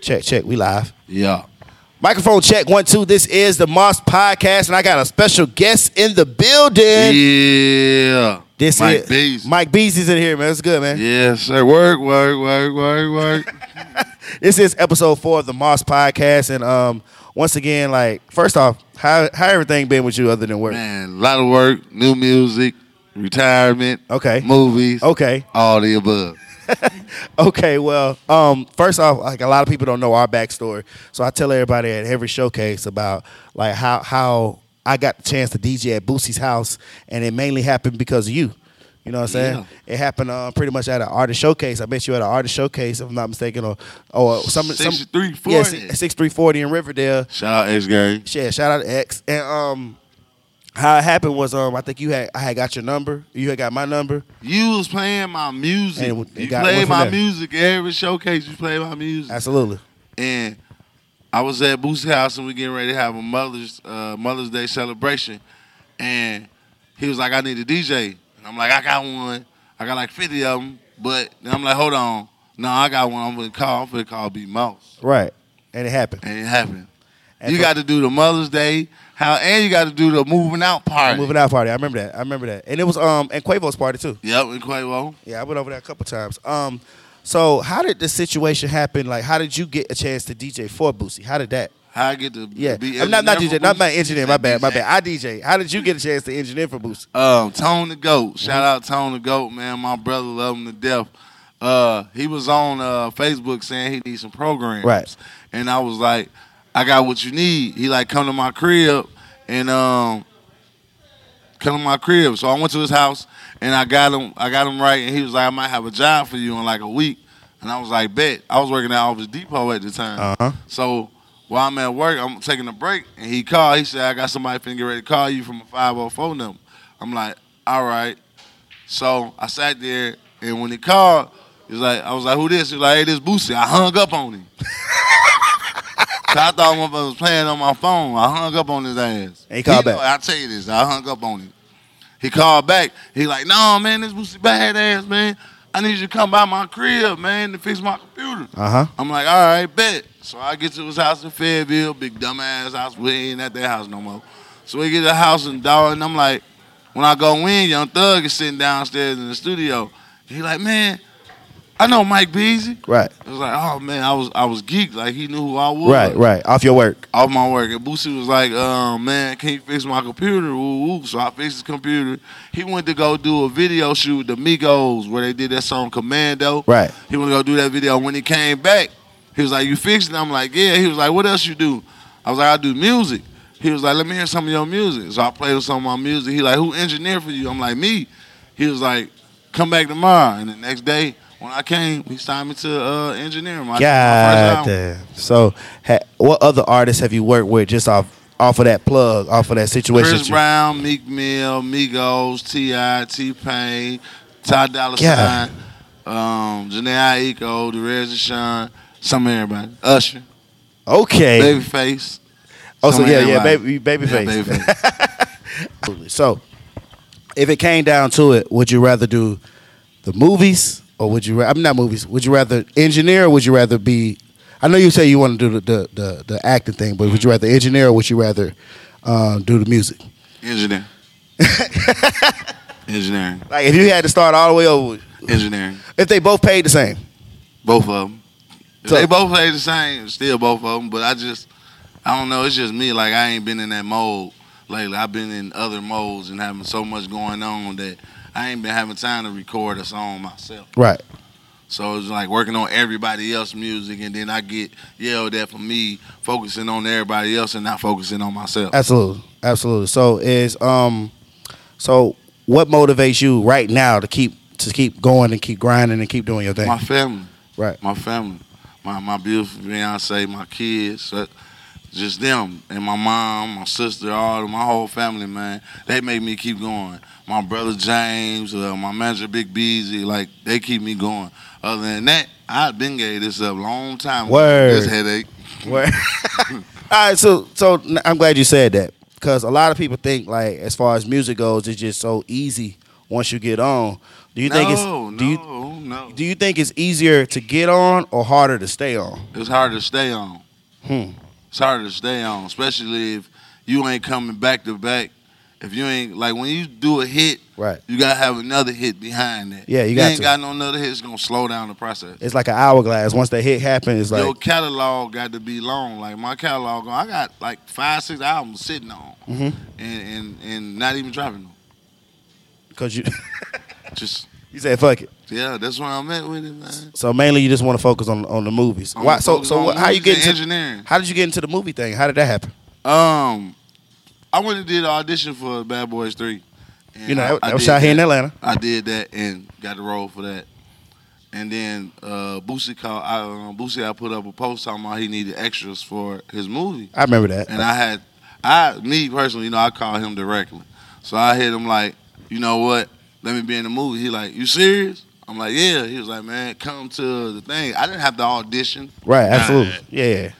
Check, check. We live. Yeah. Microphone check one two. This is the Moss Podcast, and I got a special guest in the building. Yeah. This Mike is Beasley. Mike Beasley's in here, man. That's good, man. Yes, sir. Work, work, work, work, work. This is episode four of the Moss Podcast, and um, once again, like first off, how how everything been with you other than work? Man, a lot of work, new music, retirement, Okay. movies, Okay, all the above. okay. Well, um, first off, like a lot of people don't know our backstory, so I tell everybody at every showcase about like how how I got the chance to DJ at Boosie's house, and it mainly happened because of you. You know what I'm saying? It happened uh, pretty much at an artist showcase. I bet you at an artist showcase, if I'm not mistaken, or or some some 6340. yeah six three forty in Riverdale. Shout out X Gang. Yeah, shout out to X. And um, how it happened was um, I think you had I had got your number, you had got my number. You was playing my music. And it you got- went played from my there. music every showcase. You played my music, Absolutely. and I was at Boosie's house, and we getting ready to have a Mother's uh, Mother's Day celebration. And he was like, "I need a DJ," and I'm like, "I got one. I got like 50 of them." But then I'm like, "Hold on, no, I got one. I'm gonna call. I'm gonna call B Moss." Right. And it happened. And it happened. And you for- got to do the Mother's Day how, and you got to do the moving out party. Moving out party. I remember that. I remember that. And it was um and Quavo's party too. Yep, and Quavo. Yeah, I went over that a couple times. Um, so how did the situation happen? Like, how did you get a chance to DJ for Boosie? How did that? How I get to Yeah, be I'm not not engineer DJ, for not my Boosie? engineer. My bad, my DJ. bad. I DJ. How did you get a chance to engineer for Boosie? Um, Tone the Goat. Shout out Tone the Goat, man. My brother love him to death. Uh, he was on uh, Facebook saying he needs some programs. Right. And I was like, I got what you need. He like come to my crib and um come to my crib. So I went to his house and I got him I got him right and he was like, I might have a job for you in like a week. And I was like, bet. I was working at Office Depot at the time. Uh-huh. So while I'm at work, I'm taking a break, and he called. He said, I got somebody finna get ready to call you from a 504 number. I'm like, all right. So I sat there, and when he called, he was like, I was like, who this? He was like, hey, this Boosie. I hung up on him. 'Cause I thought one was playing on my phone. I hung up on his ass. And he called know- back. I tell you this, I hung up on him. He called back. He like, no, man, this Boosie badass, man. I need you to come by my crib, man, to fix my computer. Uh huh. I'm like, all right, bet. So I get to his house in Fayetteville, big dumbass house. We ain't at that house no more. So we get to the house and dog, and I'm like, when I go in, Young Thug is sitting downstairs in the studio. He like, man, I know Mike Beasley. Right. I was like, oh man, I was I was geeked. Like he knew who I was. Right. Right. Off your work. Off my work. And Boosie was like, um, man, can you fix my computer? Ooh, ooh. So I fixed his computer. He went to go do a video shoot with the Migos where they did that song Commando. Right. He went to go do that video. When he came back, he was like, "You fixed it." I'm like, "Yeah." He was like, "What else you do?" I was like, "I do music." He was like, "Let me hear some of your music." So I played him some of my music. He like, "Who engineered for you?" I'm like, "Me." He was like, "Come back tomorrow." And the next day, when I came, he signed me to uh, engineering. My, my God first album. damn. So, ha- what other artists have you worked with just off off of that plug, off of that situation? Chris that you- Brown, Meek Mill, Migos, T.I., T Pain, Ty Dolla Yeah. Sign, um, Janae Aiko, Derez Deshawn, some of everybody, Usher, Okay. Babyface. oh, so some of yeah, yeah, baby, everybody. baby Yeah, face. Babyface. Absolutely. So, if it came down to it, would you rather do the movies or would you? Ra- I'm not movies. Would you rather engineer or would you rather be? I know you say you want to do the the, the, the acting thing, but would you rather engineer or would you rather uh, do the music? Engineering. engineering. Like if you had to start all the way over, Engineering. if they both paid the same, Both of them. If So- they both play the same, still both of them. But I just, I don't know. It's just me. Like I ain't been in that mode lately. I've been in other modes and having so much going on that I ain't been having time to record a song myself. right? So it's like working on everybody else's music, and then I get yelled at for me focusing on everybody else and not focusing on myself. Absolutely, absolutely. So is um, so what motivates you right now to keep to keep going and keep grinding and keep doing your thing? My family. Right. My family. My my beautiful fiance, my kids, uh, just them and my mom, my sister, all of my whole family, man. They make me keep going. My brother James, uh, my manager Big Beezy, like they keep me going. Other than that, I've been gave this up long time. ago, Word. This headache. Word. All right, so so n- I'm glad you said that because a lot of people think like as far as music goes, it's just so easy once you get on. Do you think it's No, do you no, no. do you think it's easier to get on or harder to stay on? It's hard to stay on. Hmm. It's hard to stay on, especially if you ain't coming back to back. If you ain't like when you do a hit, Right. you gotta have another hit behind that. Yeah, you If got ain't to. got no another hit. It's gonna slow down the process. It's like an hourglass. Once that hit happens, it's like Your catalog got to be long. Like my catalog, I got like five, six albums sitting on, Mhm. and, and and not even dropping them. because you Just you said fuck it. yeah, that's where I'm at with it, man. So mainly you just want to focus on on the movies. I'm Why? So focused so on what, how you music get and into, engineering? how did you get into the movie thing? How did that happen? Um, I went and did an audition for Bad Boys Three. And You know I- that, I that was did shot here in Atlanta. I did that and got the role for that. And then uh, Boosie called. I, uh, Boosie, I put up a post talking about he needed extras for his movie, I remember that. and I had, I me personally, you know, I called him directly. So I hit him like, you know what? Let me be in the movie. He like, you serious? I'm like, yeah. He was like, man, come to the thing. I didn't have to audition, right, Nah. absolutely. Yeah, yeah.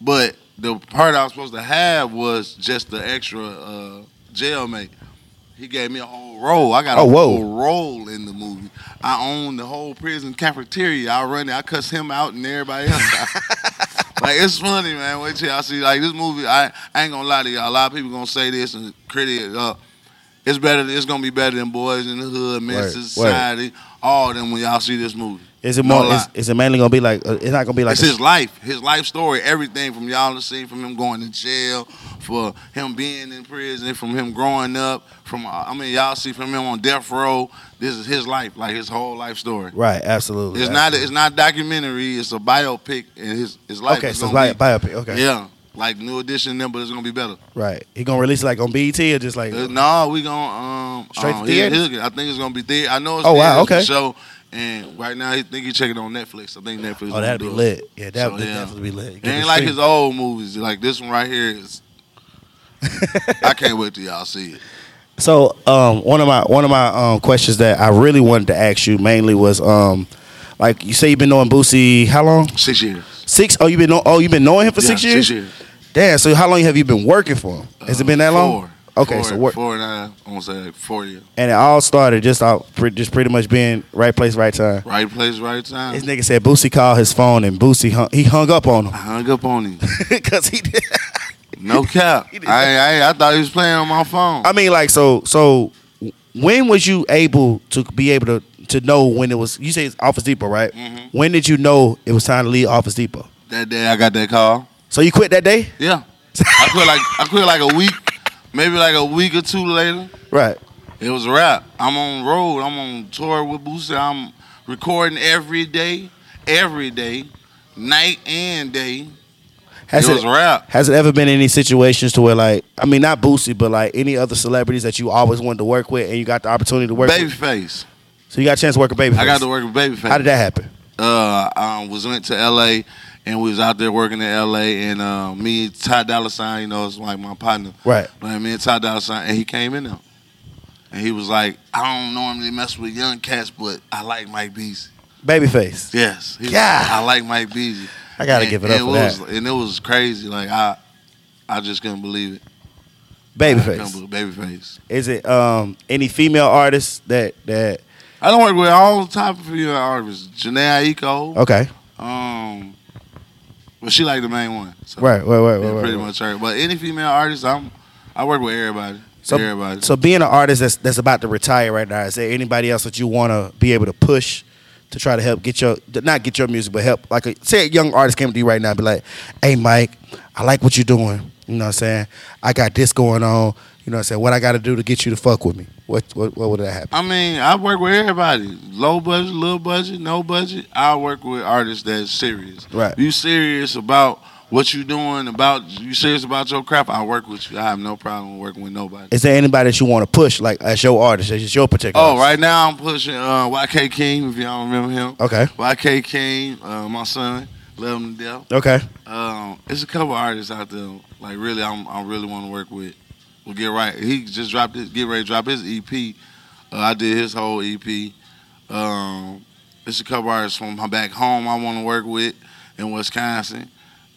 but the part I was supposed to have was just the extra uh, jailmate. He gave me a whole role. I got Oh, a whoa. whole role in the movie. I own the whole prison cafeteria. I run it. I cuss him out and everybody else. out. like it's funny, man. Wait till y'all see. Like this movie, I, I ain't gonna lie to y'all. A lot of people gonna say this and critic it up. It's better. It's gonna be better than Boys in the Word, Hood, Men word. Society, all of them. When y'all see this movie, Is it No more? lie. is, is it mainly gonna be like? Uh, it's not gonna be like. it's a- his life, his life story, everything from y'all to see, from him going to jail, for him being in prison, from him growing up, from I mean y'all see from him on death row. This is his life, like his whole life story. right, absolutely. It's not it's not documentary. It's a biopic, and his his life. okay, is so it's gonna like a biopic. Okay, be, yeah, like new edition, then but it's gonna be better. right. He gonna release it like on BET or just like Uh, No, we gonna um Straight um, to he- he- theaters? I think it's gonna be there. I know it's Oh, wow, theaters okay. for show. And right now, he think he checking on Netflix. I think Netflix. oh gonna that'd do be it. lit. Yeah, that So, would yeah. definitely be lit. It ain't like his old movies. Like this one right here is. I can't wait till y'all see it. So um, one of my one of my um, questions that I really wanted to ask you mainly was um, like you say you've been knowing Boosie how long? Six years. Six? Oh, you've been know, oh you've been knowing him for Yeah, six years. Damn. So how long have you been working for him? Has it been that long? Four. Okay, Four- so work, four and I, I'm gonna say like four years. and it all started just out pre- just pretty much being right place, right time. Right place, right time. This nigga said Boosie called his phone and Boosie hung, he hung up on I him hung up on him. because he did. No cap. He did I, I I thought he was playing on my phone. I mean, like, so, so, when was you able to be able to to know when it was? You say it's Office Depot, right? Mhm. When did you know it was time to leave Office Depot? that day I got that call. So you quit that day, Yeah. I quit like I quit like a week, maybe like a week or two later. right? It was a wrap. I'm on road. I'm on tour with Boosie. I'm recording every day, every day, night and day. Has it it, was a wrap. has it ever been any situations to where like I mean, not Boosie, but like any other celebrities that you always wanted to work with and you got the opportunity to work with? Babyface. So you got a chance to work with Babyface. I got to work with Babyface. How did that happen? Uh, um, was went to L.A. and we was out there working in L.A. and uh, me, Ty Dolla Sign, you know, it's like my partner. Right. But me and Ty Dolla Sign, and he came in there, and he was like, "I don't normally mess with young cats, but I like Mike Beasy." Babyface. Yes. He was Yeah. like, I like Mike Beasy. I gotta And- give it up and for was, that. And it was crazy. Like I, I just couldn't believe it. I couldn't Babyface. believe- Babyface. Is it um any female artists that that I don't work with all the type of female artists. Janae Eco. okay. Um, but she like the main one. So Right, right, right, yeah, right. right, pretty right. much her. But any female artist, I'm I work with everybody. So, everybody. so being an artist that's that's about to retire right now, is there anybody else that you want to be able to push to try to help get your not get your music, but help like a, say a young artist came to you right now, and be like, "Hey, Mike, I like what you're doing. You know what I'm saying? I got this going on. You know what I'm saying? What I got to do to get you to fuck with me? What what, what would that happen? I mean, I work with everybody. Low budget, little budget, no budget. I work with artists that's serious. Right. You serious about what you doing, about you serious about your crap, I work with you. I have no problem working with nobody. Is there anybody that you want to push like as your artist, as your particular? Oh, artist? right now I'm pushing uh, YK King, if y'all remember him. Okay. YK King, uh, my son, love him to death. Okay. Um, it's a couple artists out there, like really, I'm, I really want to work with. Well, get right. He just dropped his, get ready to drop his EP. Uh, I did his whole EP. Um, it's a couple artists from my back home I want to work with in Wisconsin.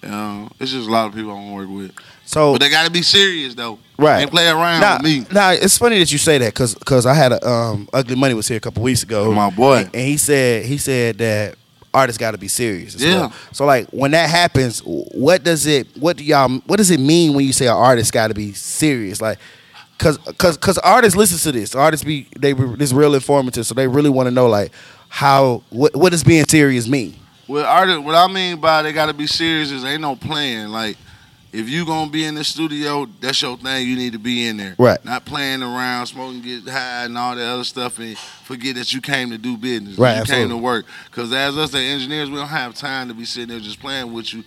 Um, it's just a lot of people I want to work with. So But they got to be serious though. Oh. Right. They play around Nah, with me. nah, it's funny that you say that because I had a um, Ugly Money was here a couple weeks ago. My boy. and, and he said he said that artists got to be serious. as Yeah. well. So like when that happens, what does it? What do y'all? What does it mean when you say an artist got to be serious? Like. Cause, cause, cause artists listen to this. Artists be they be- this real informative, so they really want to know like how what what does being serious mean? With artists, what I mean by they got to be serious is ain't no playing. Like, if you gonna be in the studio, that's your thing. You need to be in there, Right. Not playing around, smoking, get high, and all that other stuff, and forget that you came to do business. Right, You absolutely. came to work. Cause as us, the engineers, we don't have time to be sitting there just playing with you.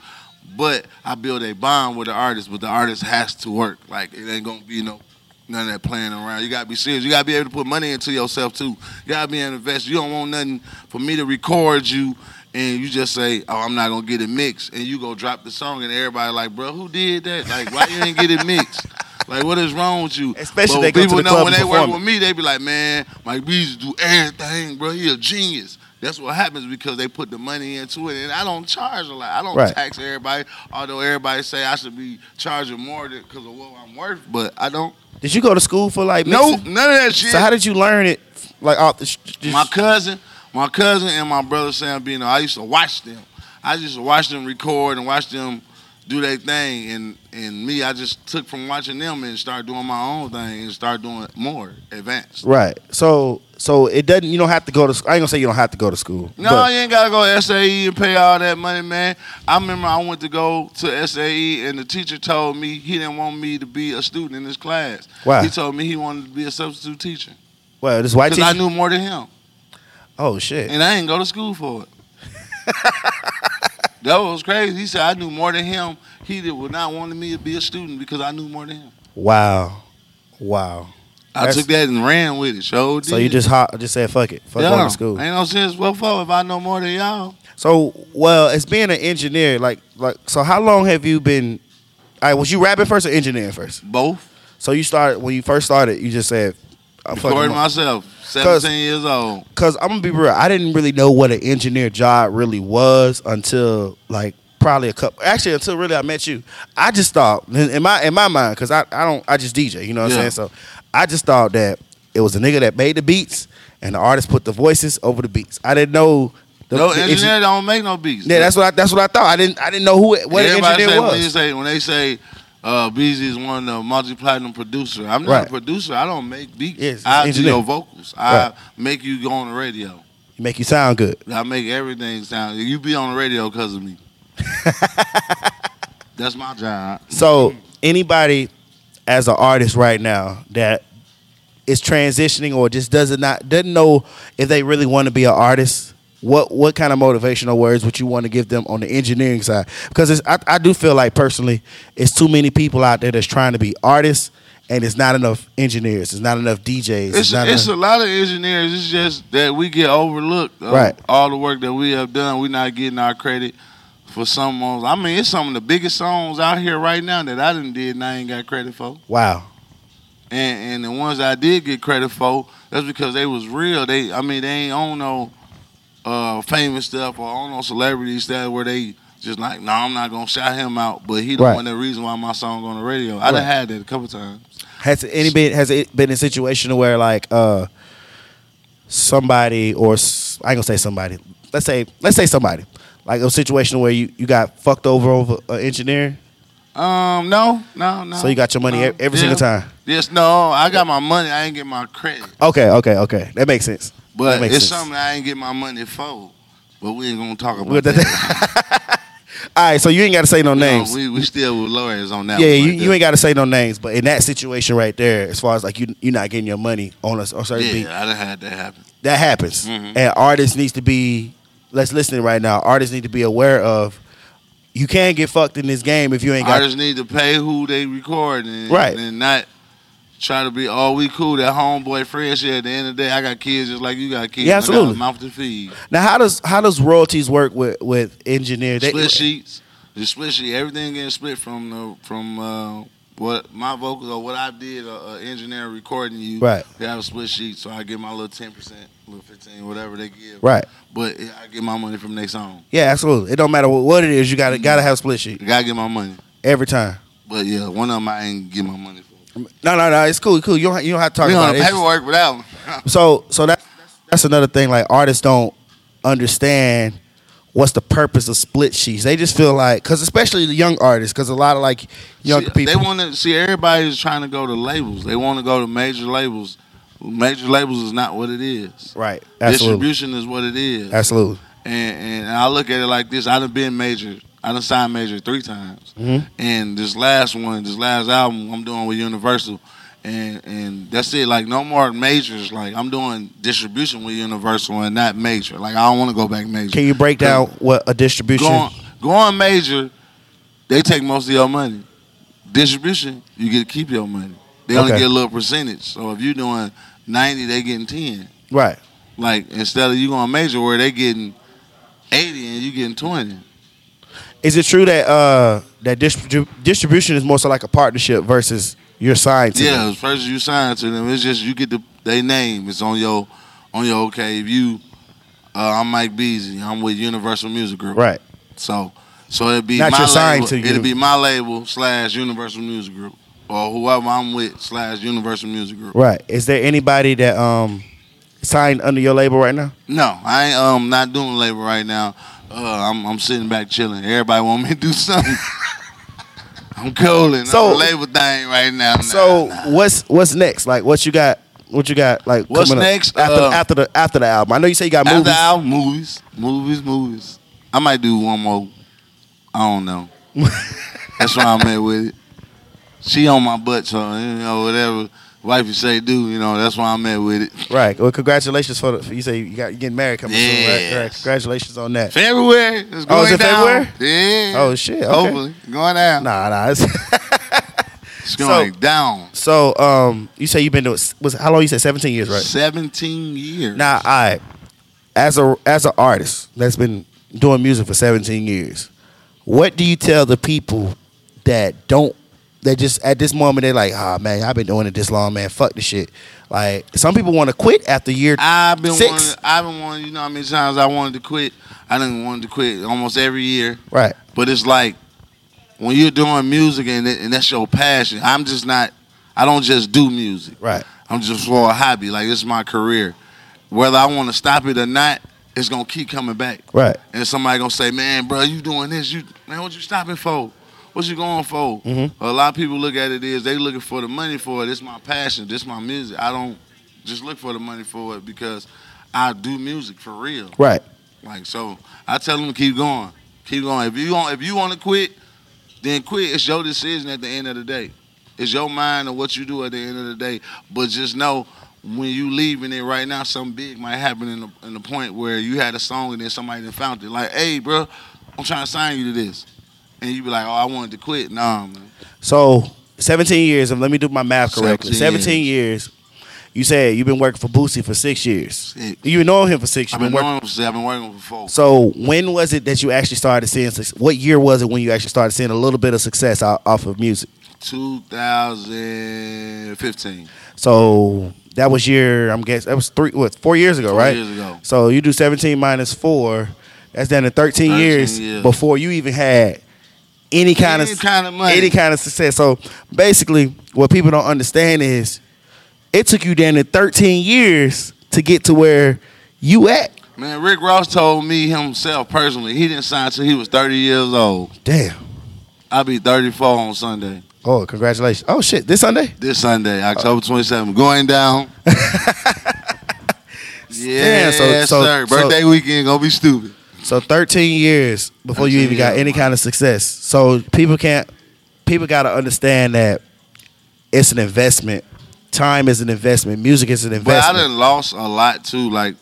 But I build a bond with the artist, but the artist has to work. Like, it ain't gonna be no. None of that playing around. You gotta be serious. You gotta be able to put money into yourself too. You gotta be an investor. You don't want nothing for me to record you and you just say, "Oh, I'm not gonna get it mixed," and you go drop the song, and everybody like, "Bro, who did that? Like, why you ain't get it mixed? Like, what is wrong with you?" Especially But they go to people the know club when and they work perform with me, they be like, "Man, Mike Bees do everything, bro. He a genius." That's what happens because they put the money into it, and I don't charge a lot. I don't Right. tax everybody, although everybody say I should be charging more because of what I'm worth, but I don't. Did you go to school for like No, mixing? none of that shit. So how did you learn it? Like off the sh- just, my cousin, my cousin and my brother Sam Bino, I used to watch them. I used to watch them record and watch them do their thing and and me I just took from watching them and started doing my own thing and start doing more advanced. Right. So so it doesn't. You don't have to go to. sc- I ain't gonna say you don't have to go to school. No, but- you ain't gotta go SAE E and pay all that money, man. I remember I went to go to SAE and the teacher told me he didn't want me to be a student in his class. Why? He told me he wanted to be a substitute teacher well, this white because I teacher. knew more than him. oh shit. and I ain't go to school for it. that was crazy. He said I knew more than him. He did, would not wanted me to be a student because I knew more than him. Wow. Wow. I That's- took that and ran with it. Showed So you just hop, just said fuck it. Fuck going to school. Ain't no sense. What for if I know more than y'all? So well, as being an engineer, like like so, how long have you been? I was you rapping first or engineering first? Both. So you started when you first started. You just said. Recording myself. 17 years old. Because I'm gonna be real, I didn't really know what an engineer job really was until like probably a couple. Actually, until really I met you, I just thought in in my in my mind because I, I don't I just DJ, you know what Yeah. I'm saying? So I just thought that it was a nigga that made the beats and the artist put the voices over the beats. I didn't know. The, No the engi- engineer don't make no beats. yeah, that's what I, that's what I thought. I didn't I didn't know who it- what an Everybody engineer say, When they was. say, when they say uh, Beezy is one of the multi-platinum producer. I'm not Right. a producer. I don't make beats. Yes, it's I engineer. do your vocals. I Right. make you go on the radio. Make you sound good. I make everything sound. You be on the radio because of me. That's my job. So anybody as an artist right now that is transitioning or just doesn't not doesn't know if they really want to be an artist, what what kind of motivational words would you want to give them on the engineering side? Because it's, I, I do feel like personally, it's too many people out there that's trying to be artists, and it's not enough engineers, it's not enough DJs, it's, It's, not it's enough, a lot of engineers. It's just that we get overlooked. of Right. All the work that we have done, we're not getting our credit for some of. I mean, it's some of the biggest songs out here right now that I didn't did and I ain't got credit for. wow, And and the ones I did get credit for, that's because they was real. They, I mean, they ain't on no uh, famous stuff or on no celebrity stuff where they just like, no, I'm not gonna shout him out. But he the Right. one that reason why my song on the radio. I done Right. had that a couple times. Has any been has it been a situation where like uh somebody or s- I ain't gonna say somebody. Let's say let's say somebody like a situation where you, you got fucked over over an engineer, Um, no, no, no. so you got your money no. e- every Yeah. single time. Yes, no, I got my money. I ain't get my credit, Okay, okay, okay. That makes sense. but That makes it's sense. something I ain't get my money for. But we ain't gonna talk With about that. that- All right, so you ain't got to say no No, names. we we still with lawyers on that. yeah, one you, right you there. ain't got to say no names, but in that situation right there, as far as like you you're not getting your money on a, on a certain beat, Yeah, I done had that happen. that happens Mhm. and artists needs to be let's listen right now artists need to be aware of you can get fucked in this game if you ain't got Artists need to pay who they record and, Right. and not try to be all we cool. That homeboy friend shit. At the end of the day, I got kids just like you got kids. Yeah, I got a absolutely. mouth to feed. now how does how does royalties work with with engineers split sheets. The split sheet. Everything getting split from the from uh, what my vocals or what I did, uh, uh, engineer recording you. Right. They have a split sheet, so I get my little ten percent, little fifteen, whatever they give. Right. But it, I get my money from their song. Yeah, absolutely. It don't matter what, what it is. You gotta gotta have a split sheet I gotta get my money. every time. But yeah, one of them I ain't get my money for. No, no, no. It's cool. Cool. You don't, you don't have to talk We about on it. the It's just- paperwork for that one. So so that that's another thing. Like artists don't understand what's the purpose of split sheets. They just feel like because especially the young artists, because a lot of like young see, people. They want to see everybody's trying to go to labels. They want to go to major labels. Major labels is not what it is. right. Absolutely. Distribution is what it is. Absolutely. and, and I look at it like this: I done been major. I done signed major three times, Mhm. and this last one, this last album, I'm doing with Universal, and and that's it. Like no more majors. Like I'm doing distribution with Universal and not major. Like I don't want to go back major. Can you break down what a distribution? Going going major, they take most of your money. Distribution, you get to keep your money. They only Okay. get a little percentage. So if you're doing ninety, they getting ten. Right. Like instead of you going major where they getting eighty and you getting twenty. Is it true that uh that distrib- distribution is more so like a partnership versus you're signed to? Yeah, them? as first you sign to them, it's just you get the they name. It's on your on your okay. If you, uh, I'm Mike Beasley. I'm with Universal Music Group. Right. So, so it'd be Not my your sign label. to you. It'd be my label slash Universal Music Group or whoever I'm with slash Universal Music Group. Right. Is there anybody that um signed under your label right now? No, I ain't um not doing label right now. Uh, I'm I'm sitting back chilling. Everybody want me to do something. I'm cooling. So- So label thing right now. Nah, So nah. what's what's next? Like what you got? What you got? Like What's coming up next? after, Uh, after the after the album? I know you say you got After movies. the album, movies, movies, movies. I might do one more. I don't know. That's why I'm at with it. She on my butt, so you know whatever wife you say do, you know that's why I'm at with it. Right. Well, congratulations for the. for- You say you got you getting married coming soon. Right? Yes. Correct. Congratulations on that. February is going Oh, is it down. Yeah. Oh shit. Okay. Hopefully going down. Nah, nah. It's It's going down. so um, you say you've been to was how long? You said seventeen years, right? Seventeen years. Now, I as a as an artist that's been doing music for 17 years, what do you tell the people that don't that just at this moment they're like, ah man, I've been doing it this long, man. Fuck this shit. Like some people want to quit after year. I've been Six. wanting, I've been wanting. You know how many times I wanted to quit. I didn't want to quit almost every year. right. But it's like when you're doing music and, it- and that's your passion. I'm just not. I don't just do music. Right. I'm just for a hobby. Like it's my career. Whether I want to stop it or not, it's gonna keep coming back. Right. And somebody gonna say, "Man, bro, you doing this? You man, what you stopping for? What you going for?" Mhm. A lot of people look at it is they looking for the money for it. It's my passion. This my music. I don't just look for the money for it because I do music for real. Right. Like so, I tell them to keep going, keep going. If you want, if you want to quit, then quit. It's your decision at the end of the day. It's your mind and what you do at the end of the day. But just know when you leaving it right now, something big might happen in the, in the point where you had a song and then somebody then found it. Like, hey, bro, I'm trying to sign you to this, and you be like, oh, I wanted to quit. Nah, man. So 17 years. and Let me do my math correctly. 17, 17 years. You said you've been working for Boosie for six years. Six. You know him for six. I've You've been been working. working. For, I've been working for four. So when was it that you actually started seeing? suc- What year was it when you actually started seeing a little bit of success o- off of music? 2015. So that was year. I'm guessing that was three. What four years ago, Four right? years ago. So you do 17 minus four. That's down to 13, 13 years, years. before you even had any kind Any of kind of money. any kind of success. So basically, what people don't understand is it took you down to 13 years to get to where you at. Man, Rick Ross told me himself personally he didn't sign till he was 30 years old. Damn. I'll be 34 on Sunday. Oh, congratulations. Oh shit, this Sunday. This Sunday, October 27th, going down. yeah, Damn, so- so- sir. so- Birthday weekend gonna be stupid. So 13 years before you 13 even got years. any kind of success. So people can't people got to understand that it's an investment. Time is an investment. Music is an But I investment. done lost a lot too, like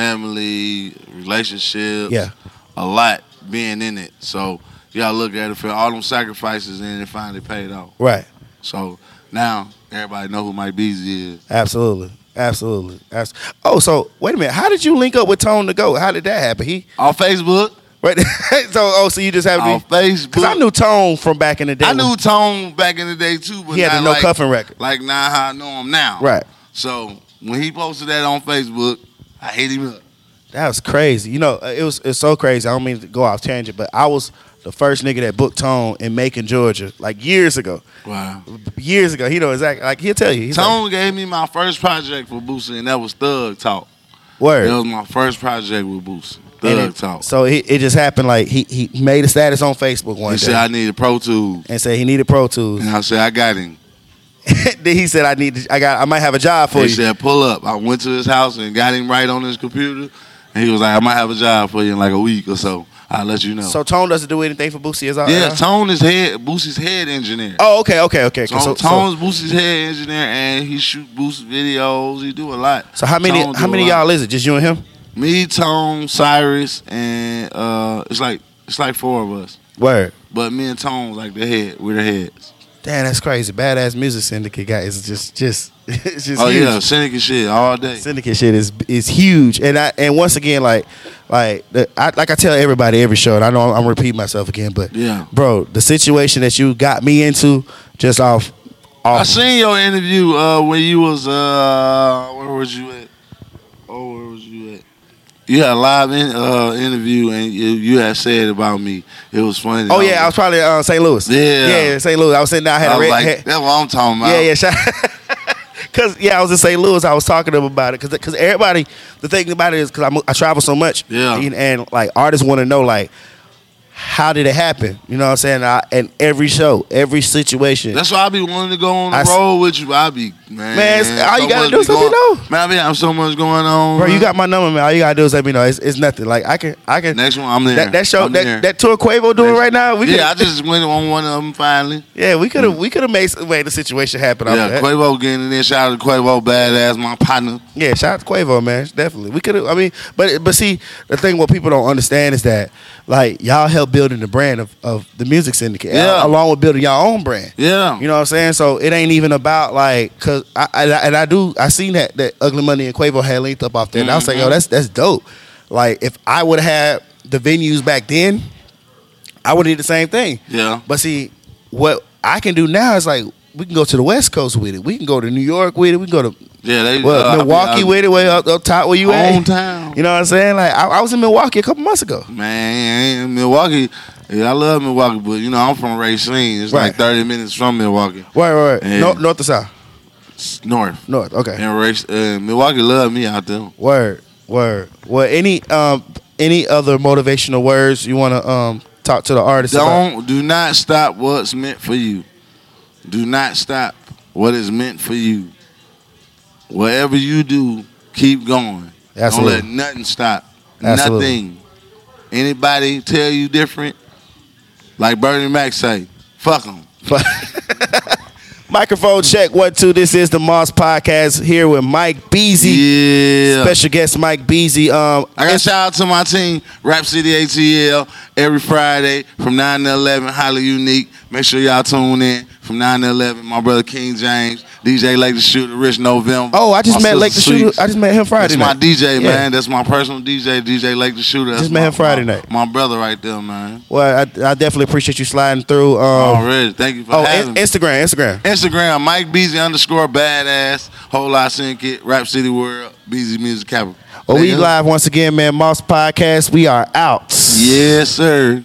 family, relationships. Yeah. a lot being in it. So you gotta look at it for all them sacrifices and it finally paid off. Right. So now everybody know who Mike Beasley is. Absolutely. Absolutely. Abs- Oh, so wait a minute. How did you link up with Tone to go? How did that happen? He On Facebook, Right. so oh, so you just have on to be because Facebook. I knew Tone from back in the day. I knew Tone back in the day too, but He had not the no like, cuffing record. Like now how I know him now. Right. So when he posted that on Facebook, I hit him up. That was crazy. You know, uh, it was it's so crazy. I don't mean to go off tangent, but I was the first nigga that booked Tone in Macon, Georgia, like years ago. Wow. Years ago, he know exactly. Like he'll tell you. He's Tone gave me my first project for Boosie, and that was Thug Talk. like, word. That was my first project with Boosie. Thug And it- Talk. So it, it just happened. Like he he made a status on Facebook one he day said I needed Pro Tools, and said he needed Pro Tools. and I said I got him. then he said I need. To, I got. I might have a job for He you. said pull up. I went to his house and got him right on his computer, and he was like, I might have a job for you in like a week or so. I'll let you know. So uh, Tone doesn't do anything for Boosie. Is all. yeah, Tone is head Boosie's head engineer. Oh, okay, okay, okay. Tone, so, so, Tone's Boosie's head engineer, and he shoot Boost videos. He do a lot. so how many? Tone do How a many lot. y'all is it? Just you and him? Me, Tone, Cyrus, and uh, it's like it's like four of us. Word. But me and Tone like the head. We're the heads. Damn, that's crazy. Badass music syndicate guy is just, just, it's just. oh huge. yeah, cynic and shit all day. syndicate shit is is huge. And I and once again, like like the, I like I tell everybody every show, and I know I'm, I'm repeating myself again, but Yeah. bro, the situation that you got me into just off I off seen your interview uh, when you was uh, where was you at? Oh, where was you at? You had a live in, uh, interview and you, you had said about me. It was funny. Oh yeah, I was probably uh, St. Louis. Yeah. yeah, St. Louis. I was sitting there. I had I a was red. like, hat. that's what I'm talking about. yeah, yeah. Shout- Cause yeah, I was in St. Louis. I was talking to them about it. Cause, 'cause everybody, the thing about it is, cause I, mo- I travel so much. Yeah. And, and, like artists want to know like, how did it happen? You know what I'm saying? I, and every show, every situation. That's why I be wanting to go on the I s- road with you. I be man. Man, it's- all you so gotta much do be is let me going- know. Man, I be having so much going on. Bro, you man. got my number, man. All you gotta do is let me know. It's, it's nothing. Like I can, I can. next one. I'm there. that, that show, I'm there. that, that tour Quavo doing right now. We yeah, I yeah, just went on one of them finally. yeah, we could have, we could have made some way the situation happen. off Mm. Yeah, that. Quavo getting in there. Shout out to Quavo, badass, my partner. Yeah, shout out to Quavo, man. Definitely, we could have. I mean, but but see, the thing what people don't understand is that like y'all helped building the brand of, of the music syndicate, Yeah. along with building y'all own brand. Yeah, You know what I'm saying? So it ain't even about like, cause I, I and I do I seen that that Ugly Money and Quavo had linked up off there, and I was like, yo, Mm-hmm. that's that's dope. Like if I would have had the venues back then, I would have did the same thing. yeah, But see, what I can do now is like we can go to the West Coast with it. We can go to New York with it. We can go to yeah. They well, uh, Milwaukee I be- I- with it, way up, up top where you at. hometown. You know what I'm saying? Like I, I was in Milwaukee a couple months ago. Man, Milwaukee. Yeah, I love Milwaukee, but you know I'm from Racine. It's Right. like 30 minutes from Milwaukee, Right, right, right. Yeah. North, north to south, It's north. north. Okay. And race, uh, Milwaukee love me out there. Word, word. Well, any um any other motivational words you want to um talk to the artists? about? Don't do not stop what's meant for you. Do not stop what is meant for you. Whatever you do, keep going. Absolutely. Don't let nothing stop. Absolutely. Nothing. Anybody tell you different? Like Bernie Mac say, fuck them. Microphone check one two. This is the Moss Podcast here with Mike Beazy, Yeah. special guest Mike Beazy. Um, I got to shout out to my team, Rap City ATL, every Friday from 9 to 11, highly unique. Make sure y'all tune in from 9 to 11. My brother King James, DJ Lake the Shooter, Rich November. oh, I just my met Lake the sister Sweets. Shooter. I just met him Friday That's night. my DJ, Yeah. man. That's my personal DJ, DJ Lake the Shooter. That's Just met my- him Friday my- night. My brother right there, man. Well, I, I definitely appreciate you sliding through. Um, Already. Thank you for oh, having in- me. Instagram, Instagram. Instagram, Mike Beasley underscore badass, whole lot syndicate, Rap City World, Beasley Music Capital. Well, Oh, we Nigga. live once again, man. Moss Podcast. We are out. Yes, sir.